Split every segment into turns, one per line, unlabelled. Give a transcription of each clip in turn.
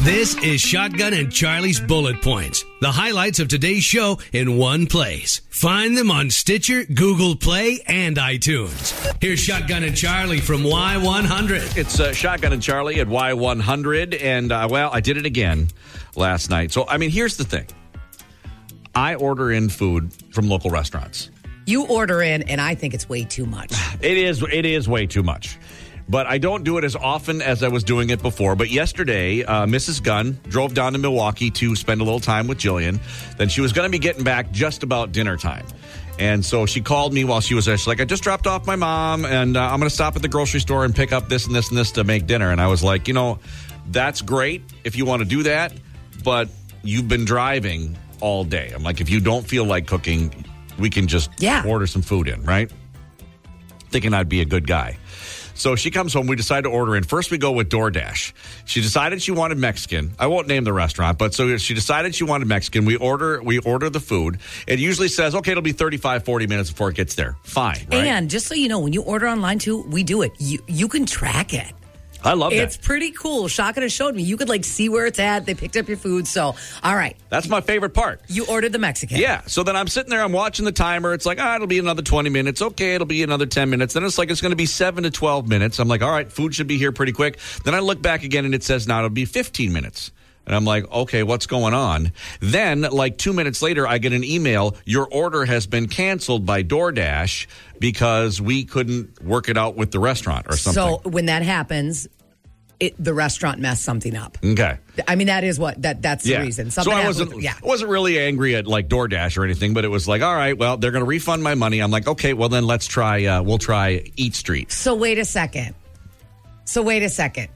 This is Shotgun and Charlie's Bullet Points, the highlights of today's show in one place. Find them on Stitcher, Google Play, and iTunes. Here's Shotgun and Charlie from Y100.
It's uh, Shotgun and Charlie at Y100. And, uh, well, I did it again last night. So, I mean, here's the thing I order in food from local restaurants.
You order in, and I think it's way too much.
It is it is way too much. But I don't do it as often as I was doing it before. But yesterday, uh, Mrs. Gunn drove down to Milwaukee to spend a little time with Jillian. Then she was going to be getting back just about dinner time. And so she called me while she was there. She's like, I just dropped off my mom, and uh, I'm going to stop at the grocery store and pick up this and this and this to make dinner. And I was like, you know, that's great if you want to do that, but you've been driving all day. I'm like, if you don't feel like cooking, we can just
Yeah.
order some food in, right? thinking I'd be a good guy. So she comes home. We decide to order in. First, we go with DoorDash. She decided she wanted Mexican. I won't name the restaurant, but so she decided she wanted Mexican. We order we order the food. It usually says, okay, it'll be 35, 40 minutes before it gets there. Fine, right?
And just so you know, when you order online too, we do it. You you can track it.
I love
It's
that.
pretty cool. Shaka has showed me. You could like see where it's at. They picked up your food. So, all right,
That's my favorite part.
you ordered the Mexican.
Yeah. So then I'm sitting there, I'm watching the timer. It's like, ah, it'll be another 20 minutes. Okay, it'll be another 10 minutes. Then it's like, it's going to be 7 to 12 minutes. I'm like, all right, food should be here pretty quick. Then I look back again and it says, now it'll be 15 minutes. And I'm like, okay, what's going on? Then, like two minutes later, I get an email. Your order has been canceled by DoorDash because we couldn't work it out with the restaurant or something.
So when that happens, it, the restaurant messed something up.
okay.
I mean, that is what that that's the reason.
So
Something
I
happened
wasn't,
with- yeah.
I wasn't really angry at like DoorDash or anything, but it was like, all right, well, they're going to refund my money. I'm like, okay, well then let's try, uh, we'll try Eat Street.
So wait a second. So wait a second.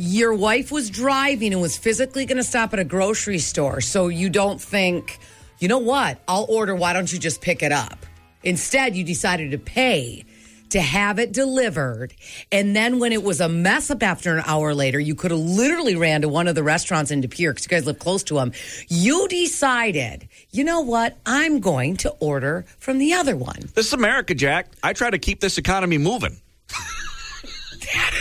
Your wife was driving and was physically going to stop at a grocery store. So you don't think, you know what? I'll order. Why don't you just pick it up? Instead, you decided to pay to have it delivered. And then when it was a mess up after an hour later, you could have literally ran to one of the restaurants in De Pere because you guys live close to them. You decided, you know what? I'm going to order from the other one.
This is America, Jack. I try to keep this economy moving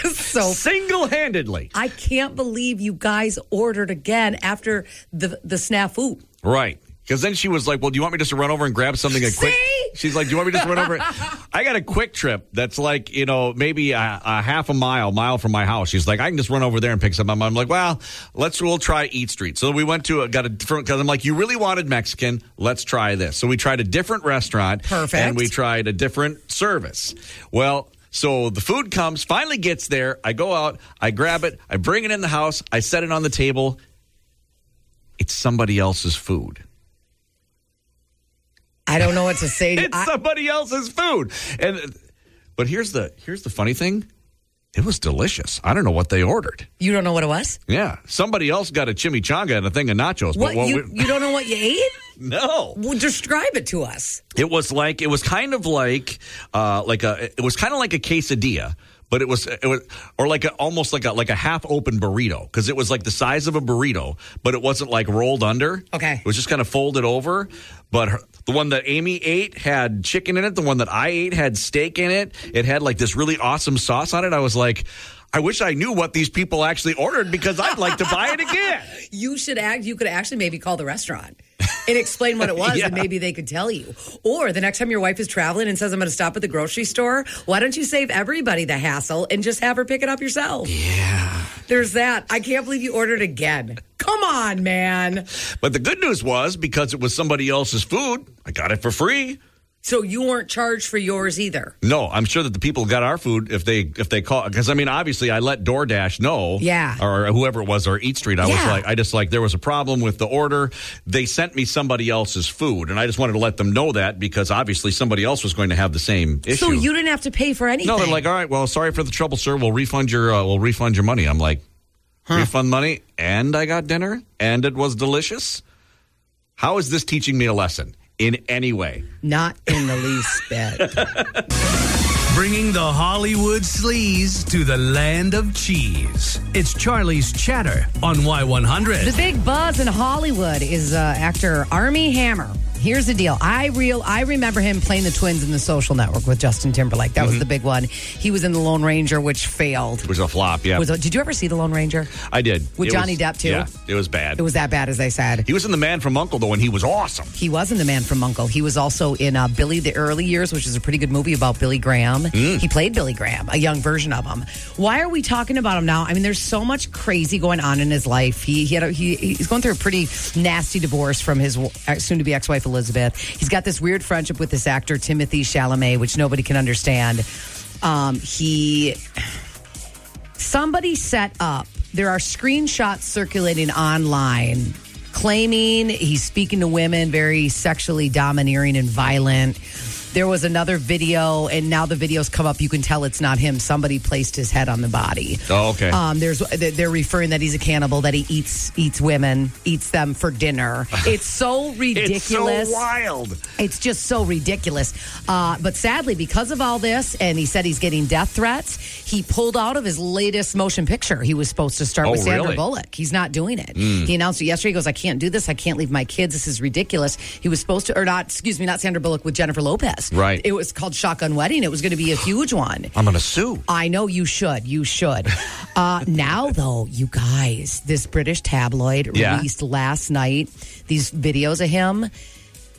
So
single handedly.
I can't believe you guys ordered again after the the snafu.
Right. Because then she was like, well, do you want me just to run over and grab something a quick?
See?
She's like, do you want me to just run over? I got a quick trip that's like, you know, maybe a, a half a mile, mile from my house. She's like, I can just run over there and pick something up. I'm like, well, let's, we'll try Eat Street. So we went to, a, got a different, because I'm like, you really wanted Mexican. Let's try this. So we tried a different restaurant.
Perfect.
And we tried a different service. Well, so the food comes, finally gets there. I go out, I grab it, I bring it in the house, I set it on the table. It's somebody else's food.
I don't know what to say.
It's
I-
somebody else's food. And but here's the here's the funny thing. It was delicious. I don't know what they ordered.
you don't know what it was.
Yeah, somebody else got a chimichanga and a thing of nachos.
What,
but what
you
we,
you don't know what you ate?
no,
Well, describe it to us.
it was like it was kind of like uh, like a it was kind of like a quesadilla. But it was, it was, or like a, almost like a like a half open burrito because it was like the size of a burrito, but it wasn't like rolled under.
Okay.
it was just kind of folded over. But her, the one that Amy ate had chicken in it. The one that I ate had steak in it. It had like this really awesome sauce on it. I was like, I wish I knew what these people actually ordered because I'd like to buy it again.
You should act. You could actually maybe call the restaurant and explain what it was, and
Yeah.
maybe they could tell you. Or the next time your wife is traveling and says, "I'm going to stop at the grocery store," why don't you save everybody the hassle and just have her pick it up yourself? Yeah. There's that. I can't believe you ordered again. Come on, man.
But the good news was because it was somebody else's food, I got it for free.
So you weren't charged for yours either.
No, I'm sure that the people who got our food, if they if they call, because I mean, obviously, I let DoorDash know,
Yeah.
or whoever it was, or Eat Street. I was
Yeah.
like, I just like there was a problem with the order. They sent me somebody else's food, and I just wanted to let them know that because obviously somebody else was going to have the same issue.
So you didn't have to pay for anything.
no, they're like, all right, well, sorry for the trouble, sir. We'll refund your uh, we'll refund your money. I'm like, refund money, and I got dinner, and it was delicious. How is this teaching me a lesson in any way?
not in the least bit.
Bringing the Hollywood sleaze to the land of cheese. It's Charlie's Chatter on
the
Y100.
big buzz in Hollywood is uh, actor Army Hammer. here's the deal. I real I remember him playing the twins in the social network with Justin Timberlake. That
Mm-hmm.
was the big one. He was in The Lone Ranger, which failed.
It was a flop. Yeah,
Was it- did you ever see The Lone Ranger?
I did
With
It
Johnny
was-
Depp, too?
Yeah, it was bad.
It was that bad as I said.
He was in The Man from Uncle though, and he was awesome.
He was in The Man from Uncle. He was also in uh, Billy the Early Years, which is a pretty good movie about Billy Graham. He played Billy Graham, a young version of him. Why are we talking about him now? I mean, there's so much crazy going on in his life. He, he had a, he he's going through a pretty nasty divorce from his w- uh, soon-to-be ex-wife Elizabeth. He's got this weird friendship with this actor Timothy Chalamet, which nobody can understand. Um, he somebody set up there are screenshots circulating online claiming he's speaking to women very sexually domineering and violent there was another video and now the videos come up you can tell it's not him somebody placed his head on the body
Oh, okay.
um, there's they're they're referring that he's a cannibal that he eats eats women eats them for dinner it's so ridiculous
It's so wild.
it's just so ridiculous. Uh, but sadly, because of all this, and he said he's getting death threats, he pulled out of his latest motion picture. He was supposed to start
Oh,
with Sandra
really? Hmm.
Bullock. He's not doing it. He announced it yesterday. He goes, I can't do this. I can't leave my kids. This is ridiculous. He was supposed to, or not, excuse me, not Sandra Bullock, with Jennifer Lopez.
Right.
It was called Shotgun Wedding. It was going to be a huge one.
I'm gonna sue.
I know you should. You should. Uh, now, though, you guys, this British tabloid
Yeah.
released last night these videos of him.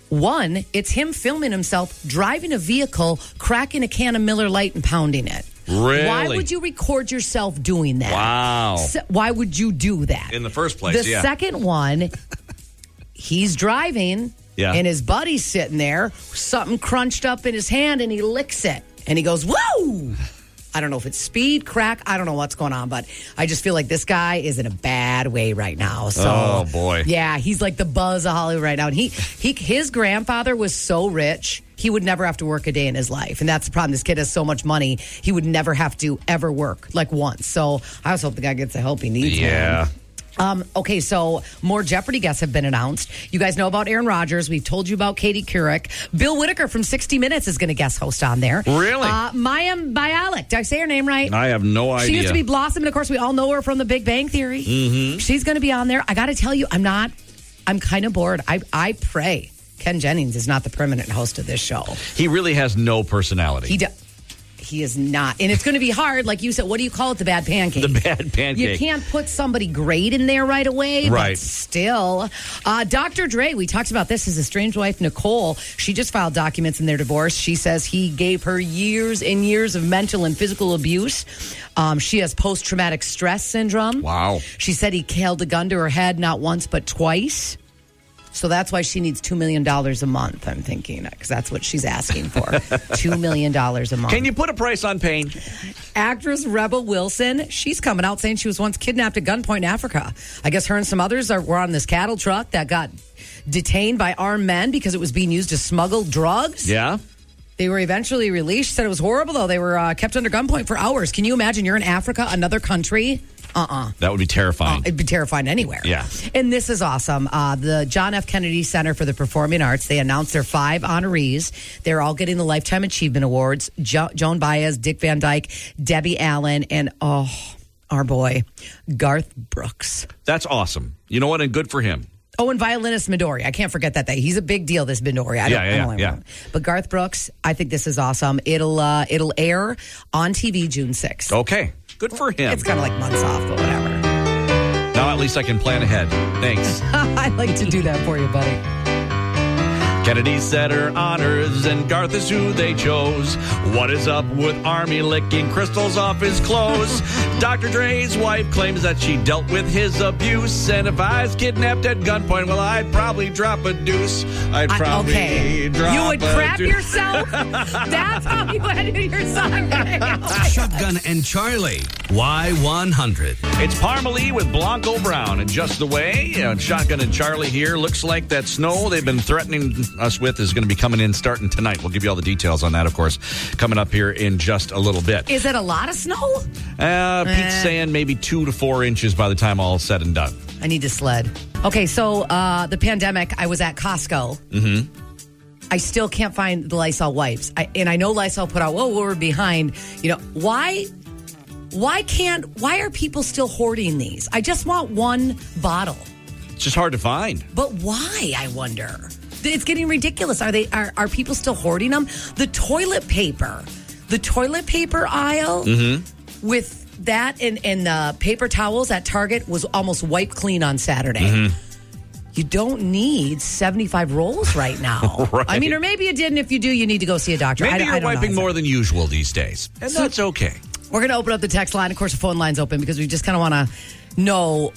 One, it's him filming himself driving a vehicle, cracking a can of Miller Lite and pounding it. Why
Really?
would you record yourself doing that?
Wow.
Se- why would you do that?
In the first place,
The
yeah.
second one, he's driving
Yeah.
and his buddy's sitting there, something crunched up in his hand, and he licks it and he goes, Whoa! I don't know if it's speed, crack, I don't know what's going on, but I just feel like this guy is in a bad way right now. So
Oh, boy.
Yeah, he's like the buzz of Hollywood right now. And he he his grandfather was so rich. He would never have to work a day in his life. And that's the problem. This kid has so much money, he would never have to ever work, like once. So I also hope the guy gets the help he needs.
Yeah.
man. Um, okay, so more Jeopardy guests have been announced. You guys know about Aaron Rodgers. We've told you about Katie Couric. Bill Whitaker from 60 Minutes is going to guest host on there.
Really?
Uh, Maya Bialik. Did I say her name right?
I have no
She
idea.
used to be Blossom, and of course, we all know her from The Big Bang Theory. Mm-hmm. She's going to be on there. I got to tell you, I'm not. I'm kind of bored. I I pray Ken Jennings is not the permanent host of this show.
He really has no personality.
He do, he is not, and it's going to be hard. Like you said, what do you call it? The bad pancake.
The bad pancake.
You can't put somebody great in there right away. But
Right.
still, uh, Dr. Dre. We talked about this. His estranged wife Nicole. She just filed documents in their divorce. She says he gave her years and years of mental and physical abuse. Um, she has post traumatic stress syndrome.
Wow.
She said he held a gun to her head not once but twice. So that's why she needs $2 million a month, I'm thinking, because that's what she's asking for. $2 million a month.
Can you put a price on pain?
Actress Rebel Wilson, she's coming out saying she was once kidnapped at gunpoint in Africa. I guess her and some others are, were on this cattle truck that got detained by armed men because it was being used to smuggle drugs.
Yeah.
They were eventually released. She said it was horrible, though. They were uh, kept under gunpoint for hours. Can you imagine? You're in Africa, another country. Uh-uh.
That would be terrifying.
It'd be terrifying anywhere.
Yeah.
And this is awesome. Uh, the John F. Kennedy Center for the Performing Arts, they announced their five honorees. They're all getting the Lifetime Achievement Awards. Jo- Joan Baez, Dick Van Dyke, Debbie Allen, and oh, our boy, Garth Brooks.
That's awesome. You know what? And good for him.
Oh, and violinist Midori. I can't forget that. That he's a big deal. This Midori. I
Yeah,
don't,
yeah,
I don't
yeah,
remember. But Garth Brooks, I think this is awesome. It'll uh, it'll air on TV June sixth.
Okay. Good for him.
It's kind of like months off, but whatever.
now at least I can plan ahead. Thanks.
I like to do that for you, buddy.
Kennedy Center honors, and Garth is who they chose. What is up with Army licking crystals off his clothes? Dr. Dre's wife claims that she dealt with his abuse, and if I was kidnapped at gunpoint, well, I'd probably drop a deuce. I'd
I-
probably
okay.
drop
You would
a
crap
deuce.
yourself. That's how you ended your song.
Shotgun and Charlie, Y100.
It's Parmalee with Blanco Brown, and just the way uh, Shotgun and Charlie here. Looks like that snow they've been threatening us with is going to be coming in starting tonight. We'll give you all the details on that, of course, coming up here in just a little bit.
Is it a lot of snow?
Uh, Pete's
Eh.
saying maybe two to four inches by the time all is said and done.
I need to sled. Okay, so uh, the pandemic, I was at Costco. Mm-hmm. I still can't find the Lysol wipes, I, and I know Lysol put out. Whoa, we're behind. You know why? Why can't? Why are people still hoarding these? I just want one bottle,
It's just hard to find.
but why? I wonder. It's getting ridiculous. Are they are, are people still hoarding them? The toilet paper, the toilet paper aisle
Mm-hmm.
with that and and the paper towels at Target was almost wiped clean on Saturday.
Mm-hmm.
You don't need 75 rolls right now.
Right.
I mean, or maybe you didn't. If you do, you need to go see a doctor. I-
Maybe
I
you're
don't know.
wiping more than usual these days, and
So-
that's okay.
We're going to open up the text line. Of course, the phone line's open because we just kind of want to know.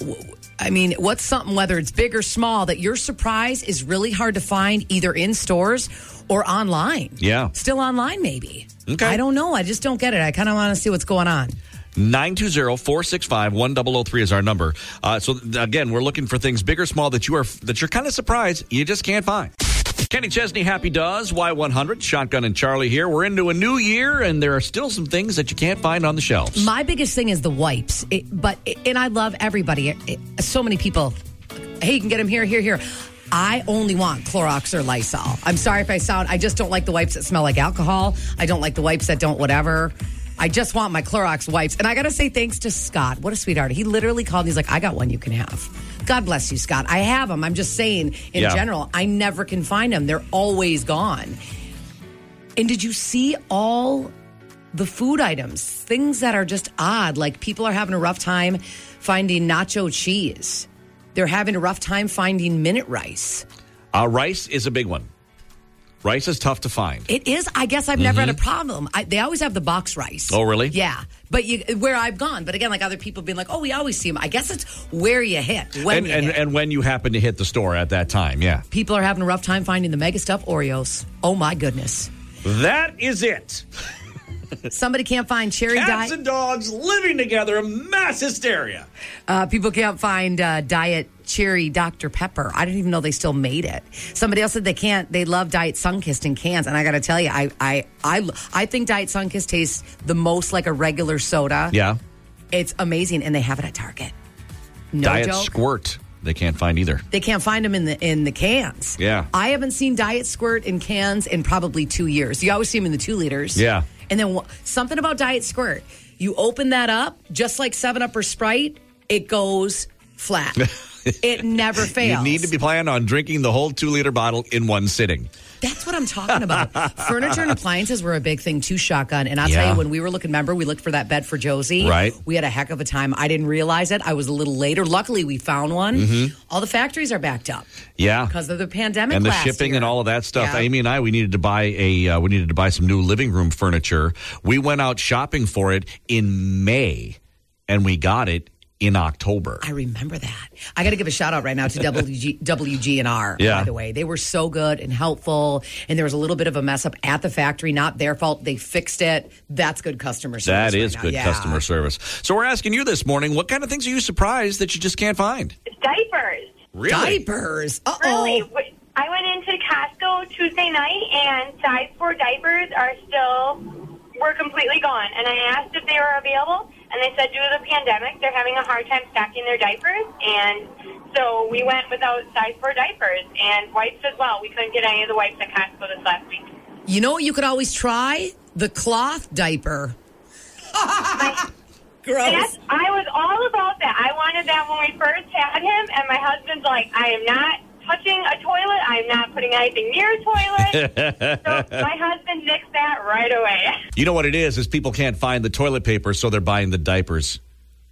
I mean, what's something, whether it's big or small, that your surprise is really hard to find either in stores or online?
Yeah.
Still online, maybe.
Okay.
I don't know. I just don't get it. I kind of want to see what's going on.
920-465-1003 is our number. Uh, so th- again, we're looking for things big or small that you are that you're kind of surprised you just can't find. Kenny Chesney, Happy Does, Y100, Shotgun and Charlie here. We're into a new year, and there are still some things that you can't find on the shelves.
My biggest thing is the wipes, it, but and I love everybody. It- it- so many people, hey, you can get them here, here, here. I only want Clorox or Lysol. I'm sorry if I sound. I just don't like the wipes that smell like alcohol. I don't like the wipes that don't whatever. I just want my Clorox wipes. And I gotta say thanks to Scott. What a sweetheart. He literally called. and He's like, I got one you can have. God bless you, Scott. I have them. I'm just saying. In
Yeah.
general, I never can find them. They're always gone. And did you see all the food items, things that are just odd? Like people are having a rough time finding nacho cheese. They're having a rough time finding minute rice.
Uh, rice is a big one. Rice is tough to find.
It is. I guess I've never had a problem. I, they always have the box rice.
Mm-hmm. Oh, really?
Yeah. But you, where I've gone, but again, like other people being like, "Oh, we always see them." I guess it's where you hit when
And
you
and,
hit.
and when you happen to hit the store at that time, yeah.
people are having a rough time finding the mega stuff Oreos. Oh my goodness!
That is it.
Somebody can't find cherry diet.
Cats and dogs living together, in mass hysteria.
Uh, people can't find uh, Diet Cherry Dr. Pepper. I didn't even know they still made it. Somebody else said they can't. They love Diet Sunkist in cans, and I got to tell you, I, I, I, I think Diet Sunkist tastes the most like a regular soda.
Yeah.
it's amazing, and they have it at Target. No
Diet
joke.
squirt. They can't find either.
they can't find them in the in the cans.
Yeah.
I haven't seen Diet Squirt in cans in probably two years. You always see them in the two liters.
Yeah.
and then wh- something about Diet Squirt. You open that up, just like Seven Up or Sprite, it goes flat. it never fails.
You need to be planning on drinking the whole two liter bottle in one sitting.
That's what I'm talking about. Furniture and appliances were a big thing too, shotgun. And I'll
Yeah.
tell you, when we were looking, remember, we looked for that bed for Josie.
Right.
We had a heck of a time. I didn't realize it. I was a little later. Luckily, we found one.
Mm-hmm.
All the factories are backed up
Yeah.
because of the pandemic
and the
last
shipping
year.
and all of that stuff.
Yeah.
Amy and I, we needed to buy a, uh, we needed to buy some new living room furniture. We went out shopping for it in May, and we got it in October.
I remember that. I got to give a shout out right now to WG, WGNR,
Yeah.
by the way. They were so good and helpful. And there was a little bit of a mess up at the factory, not their fault. They fixed it. That's good customer service.
That is
right now.
good
Yeah.
customer service. So we're asking you this morning, what kind of things are you surprised that you just can't find?
diapers.
Diapers. Uh
Really,
oh.
w- I went into Costco Tuesday night, and size four diapers are still were completely gone. And I asked if they were available, and they said due to the pandemic, they're having a hard time stocking their diapers. And so we went without size four diapers and wipes as well. We couldn't get any of the wipes at Costco this last week.
You know what you could always try? The cloth diaper.
Yes,
Gross.
I was all about that. I wanted that when we first had him, and my husband's like, I am not touching a toilet. I'm not putting anything near a toilet. so my husband nixed that right away.
You know what it is, is people can't find the toilet paper, so they're buying the diapers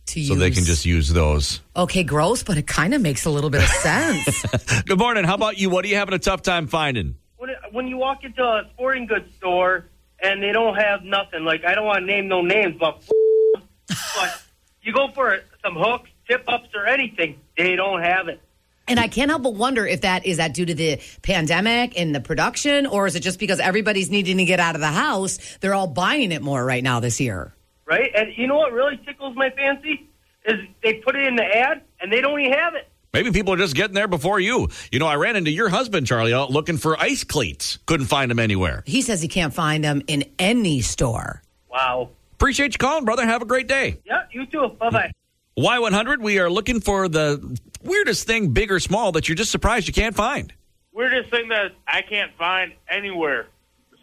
To
so they
use.
can just use those.
Okay, gross, but it kind of makes a little bit of sense.
Good morning. How about you? What are you having a tough time finding?
when when you walk into a sporting goods store and they don't have nothing, like I don't want to name no names, but but you go for some hooks, tip ups, or anything, they don't have it.
And I can't help but wonder if that is that due to the pandemic and the production, or is it just because everybody's needing to get out of the house? They're all buying it more right now this year.
Right? And you know what really tickles my fancy is they put it in the ad and they don't even have it.
Maybe people are just getting there before you. You know, I ran into your husband, Charlie, out looking for ice cleats. Couldn't find them anywhere.
He says he can't find them in any store.
Wow.
Appreciate you calling, brother. Have a great day.
Yeah, you too. Bye bye.
Y100, we are looking for the weirdest thing, big or small, that you're just surprised you can't find.
weirdest thing that I can't find anywhere.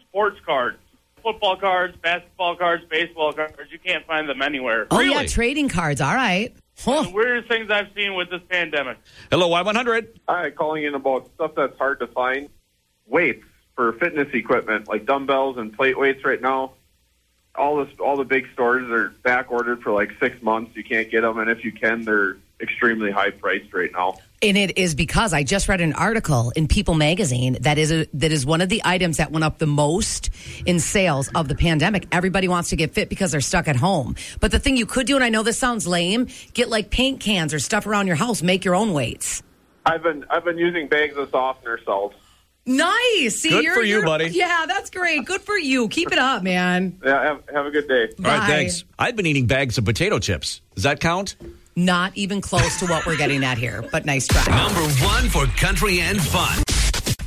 Sports cards, football cards, basketball cards, baseball cards. You can't find them anywhere.
Oh yeah,
Really?
trading cards. All right. Huh.
The weirdest things I've seen with this pandemic.
Hello, Y100.
Hi, calling in about stuff that's hard to find. weights for fitness equipment, like dumbbells and plate weights. Right now, all this all the big stores are back ordered for like six months. You can't get them, and if you can, they're extremely high priced right now.
And it is because I just read an article in People magazine that is a, that is one of the items that went up the most in sales of the pandemic. Everybody wants to get fit because they're stuck at home. But the thing you could do, and I know this sounds lame, get like paint cans or stuff around your house, make your own weights.
I've been I've been using bags of softener salts.
Nice. See,
Good
you're,
for you,
you're-
buddy.
Yeah, that's great. Good for you. Keep it up, man.
Yeah, have, have a good day.
All right,
Bye.
thanks. I've been eating bags of potato chips. Does that count?
Not even close to what we're getting at here, but nice try.
Number one for country and fun.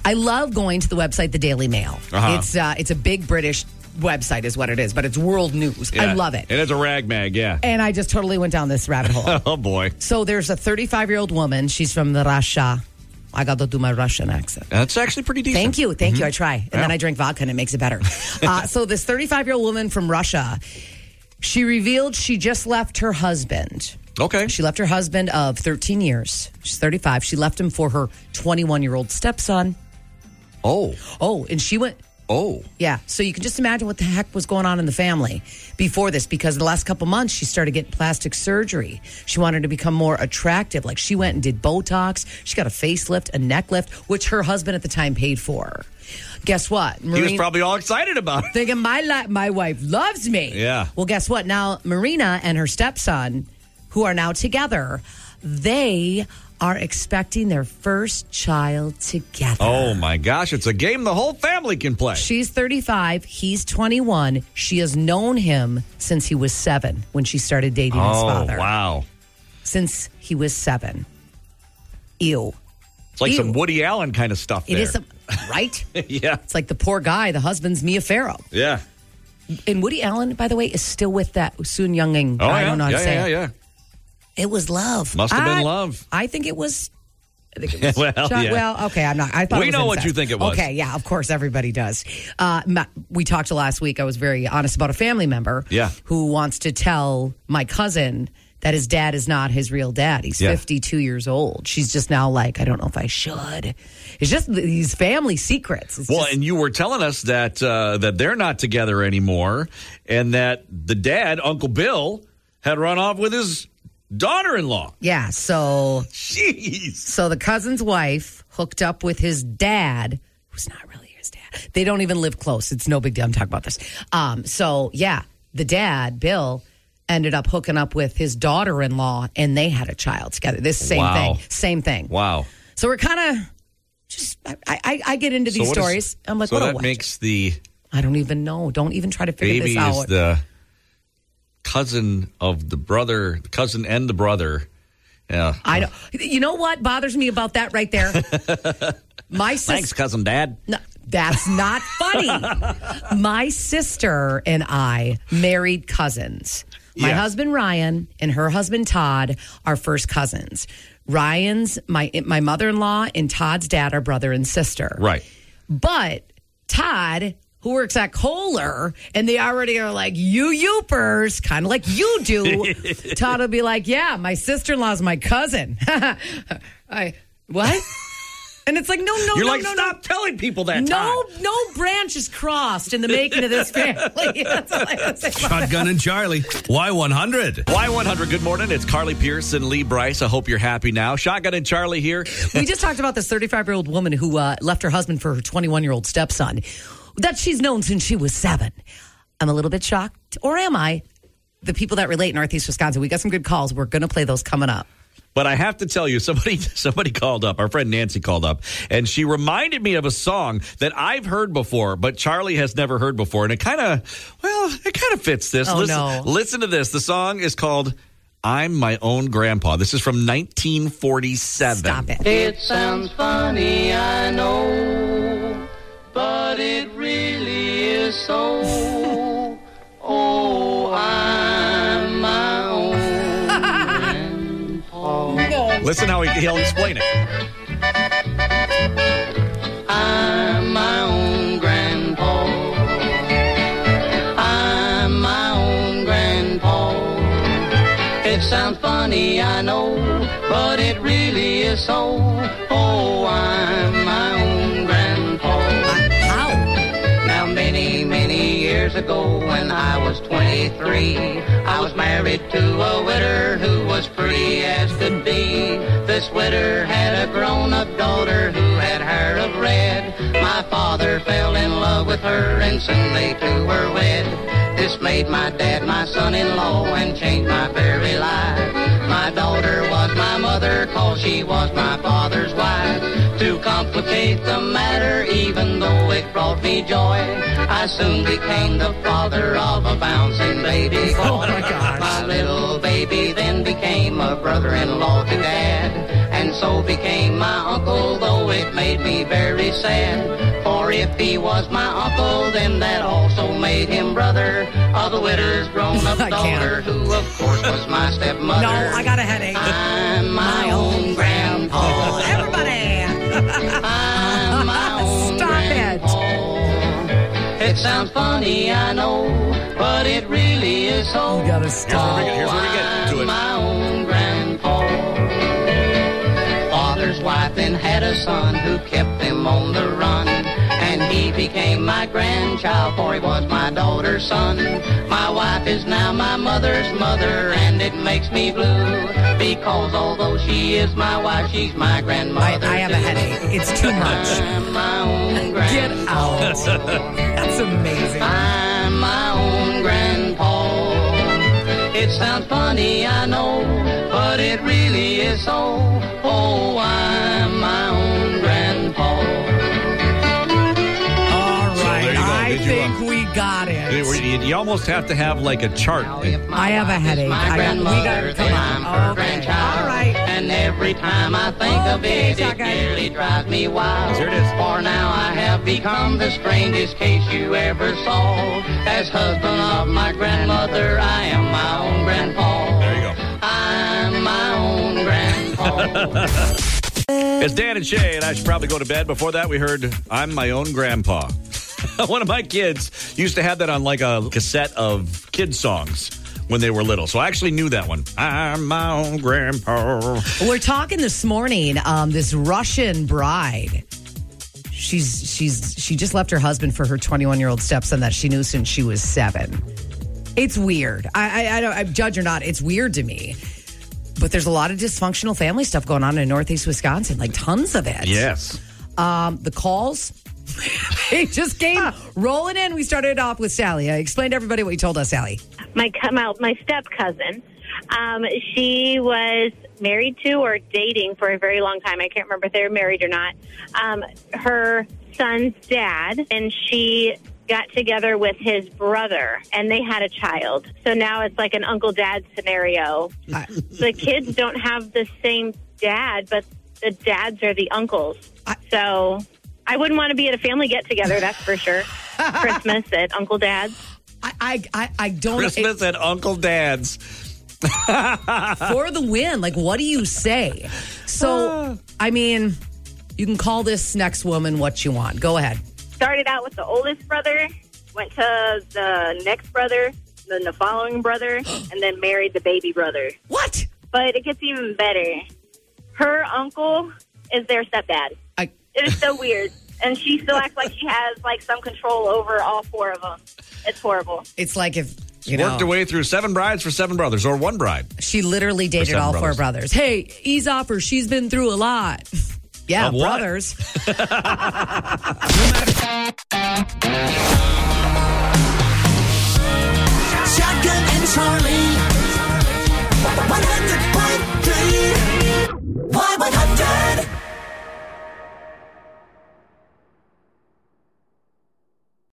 I love going to the website The Daily Mail.
Uh-huh.
It's uh, it's a big British website, is what it is, but it's world news. I
Yeah.
love it. Eh.
It is a rag mag, yeah.
And I just totally went down this rabbit hole.
Oh boy,
so there's a 35 year old woman. She's from the Russia. I got to do my Russian accent.
that's actually pretty decent.
Thank you. Thank you. I try. And then I drink vodka and it makes it better. uh, so, this 35 year old woman from Russia, she revealed she just left her husband.
Okay.
She left her husband of 13 years. She's 35. She left him for her 21 year old stepson.
Oh,
Oh, and she went.
oh,
Yeah. So you can just imagine what the heck was going on in the family before this because the last couple months she started getting plastic surgery. She wanted to become more attractive. Like she went and did Botox. She got a facelift, a neck lift, which her husband at the time paid for. Guess what?
he
Marina
was probably all excited about it.
thinking my li- my wife loves me.
Yeah.
Well, guess what? Now Marina and her stepson, who are now together, they are expecting their first child together.
Oh my gosh, it's a game the whole family can play.
She's 35. He's 21. She has known him since he was seven when she started dating his
oh
father.
wow,
Since he was seven. Ew.
it's like some
Ew.
Woody Allen kind of stuff.
It
there.
is, a, right? it's
yeah,
like the poor guy, the husband's Mia Farrow.
yeah.
And Woody Allen, by the way, is still with that Soon Younging.
Oh,
I
yeah.
don't know how
yeah,
to say
yeah,
it.
yeah.
It was love.
Must have been
I-
love.
I think it was. I think it was
Well,
Chuck-
yeah.
well, okay. I'm not. I thought
We
it was
know what
incest.
you think it was.
Okay, yeah. Of course, everybody does. Uh, Ma- we talked last week. I was very honest about a family member.
Yeah.
Who wants to tell my cousin that his dad is not his real dad? He's
Yeah.
52 years old. She's just now like, I don't know if I should. It's just these family secrets. It's
Well,
just-
and you were telling us that uh, that they're not together anymore, and that the dad, Uncle Bill, had run off with his daughter-in-law.
yeah. So
Jeez.
So the cousin's wife hooked up with his dad, who's not really his dad. They don't even live close. It's no big deal. I'm talking about this. Um, so yeah, the dad, Bill, ended up hooking up with his daughter in law and they had a child together. This same
Wow.
thing. Same thing.
Wow.
So we're kind of just I, I, I get into these
what is-
stories. I'm like,
so
what a
that
what?
makes the
I don't even know. Don't even try to figure
baby
this
is
out.
the cousin of the brother, the cousin and the brother. Yeah.
I don't you know what bothers me about that right there? My sister
Thanks, cousin dad.
No, that's not funny. My sister and I married cousins. My
Yeah.
husband Ryan and her husband Todd are first cousins. Ryan's my my mother-in-law and Todd's dad are brother and sister.
Right.
Oh, But Todd, who works at Kohler, and they already are like, you youpers, kind of like you do. Todd will be like, yeah, my sister in law's my cousin. I, what? And it's like, no, no,
You're
no,
like,
no,
stop
no.
telling people that.
No,
Todd."
no branch is crossed in the making of this family. That's all I have to say.
Shotgun and Charlie. Y100.
Y100, good morning. It's Carly Pierce and Lee Bryce. I hope you're happy now. Shotgun and Charlie here.
We just talked about this 35 year old woman who uh, left her husband for her 21 year old stepson that she's known since she was seven. I'm a little bit shocked, or am I? The people that relate in Northeast Wisconsin, we got some good calls. We're going to play those coming up.
But I have to tell you, somebody somebody called up. Our friend Nancy called up, and she reminded me of a song that I've heard before, but Charlie has never heard before, and it kind of well, it kind of fits this.
Oh,
listen,
no.
listen to this. The song is called "I'm My Own Grandpa." This is from 1947.
Stop it.
It sounds funny, I know, but it really is so. Oh, I'm my own.
Listen how he, he'll explain it.
I'm my own grandpa. I'm my own grandpa. It sounds funny, I know, but it really is so. Oh, I'm my own grandpa. years ago when I was 23. I was married to a widder who was pretty as could be. This widder had a grown-up daughter who had hair of red. My father fell in love with her and soon they two were wed. This made my dad my son-in-law and changed my very life. My daughter was my mother cause she was my father's wife. To complicate the matter even though it brought me joy, I soon became the father of a bouncing baby boy.
Oh, my gosh.
My little baby then became a brother-in-law to dad, and so became my uncle, though it made me very sad. For if he was my uncle, then that also made him brother of the widow's grown-up
I can't.
daughter, who of course was my stepmother.
No, I got a headache.
I'm my own grandpa.
Everybody.
I'm my own
Stop it.
grandpa. It sounds funny, I know, but it really is so.
You gotta stop.
Here's where we get- here's where we get to it.
My own grandpa. Father's wife then had a son who kept him on the run. And he became my grandchild, for he was my daughter's son. My wife is now my mother's mother, and it makes me blue. Because although she is my wife, she's my
I,
grandmother.
I have a
too.
headache. It's too much.
I'm my own
Get
grandpa.
out. That's amazing.
I'm my own grandpa. It sounds funny, I know, but it really is so. Oh, I'm my own grandpa.
All right.
there you go.
I
Did you,
think
uh,
we got
You,
it.
you- you almost have to have like a chart.
If my
I have a
wife is
headache.
My
I got- we
grandmother,
gotta- come
then
on.
I'm her
Okay.
grandchild.
All right.
And every time I think of
Okay,
it, it
Shotgun.
nearly drives me wild.
Here it is.
For now I have become the strangest case you ever saw. As husband of my grandmother, I am my own grandpa.
There you go.
I'm my own grandpa.
It's Dan and Shay, and I should probably go to bed. Before that, we heard I'm my own grandpa. One of my kids used to have that on like a cassette of kid songs when they were little. So I actually knew that one. I'm my own grandpa.
We're talking this morning. Um, this Russian bride. She's she's she just left her husband for her 21 year old stepson that she knew since she was seven. It's weird. I I, I don't I judge or not. It's weird to me. But there's a lot of dysfunctional family stuff going on in Northeast Wisconsin, like tons of it.
Yes.
Um, the calls, they just came rolling in. We started off with Sally. I explained to everybody what you told us, Sally.
my co- my, my step cousin. Um, she was married to or dating for a very long time. I can't remember if they were married or not. Um, her son's dad and she got together with his brother and they had a child. So now it's like an uncle dad scenario.
I-
the kids don't have the same dad, but the dads are the uncles.
I-
so I wouldn't want to be at a family get together, that's for sure. Christmas at Uncle Dad's.
I, I, I, I don't
Christmas at Uncle Dad's.
for the win. Like, what do you say? So, I mean, you can call this next woman what you want. Go ahead.
started out with the oldest brother, went to the next brother, then the following brother, and then married the baby brother.
What?
But it gets even better. Her uncle is their stepdad.
I,
It is so weird. And she still acts like she has like some control over all four of them. It's horrible.
it's like if you know
Worked her way through seven brides for seven brothers or one bride.
she literally dated
seven
all four
brothers.
brothers. Hey, ease off her. She's been through a lot. Yeah,
Of what?
brothers.
Shotgun and Charlie. 100.3.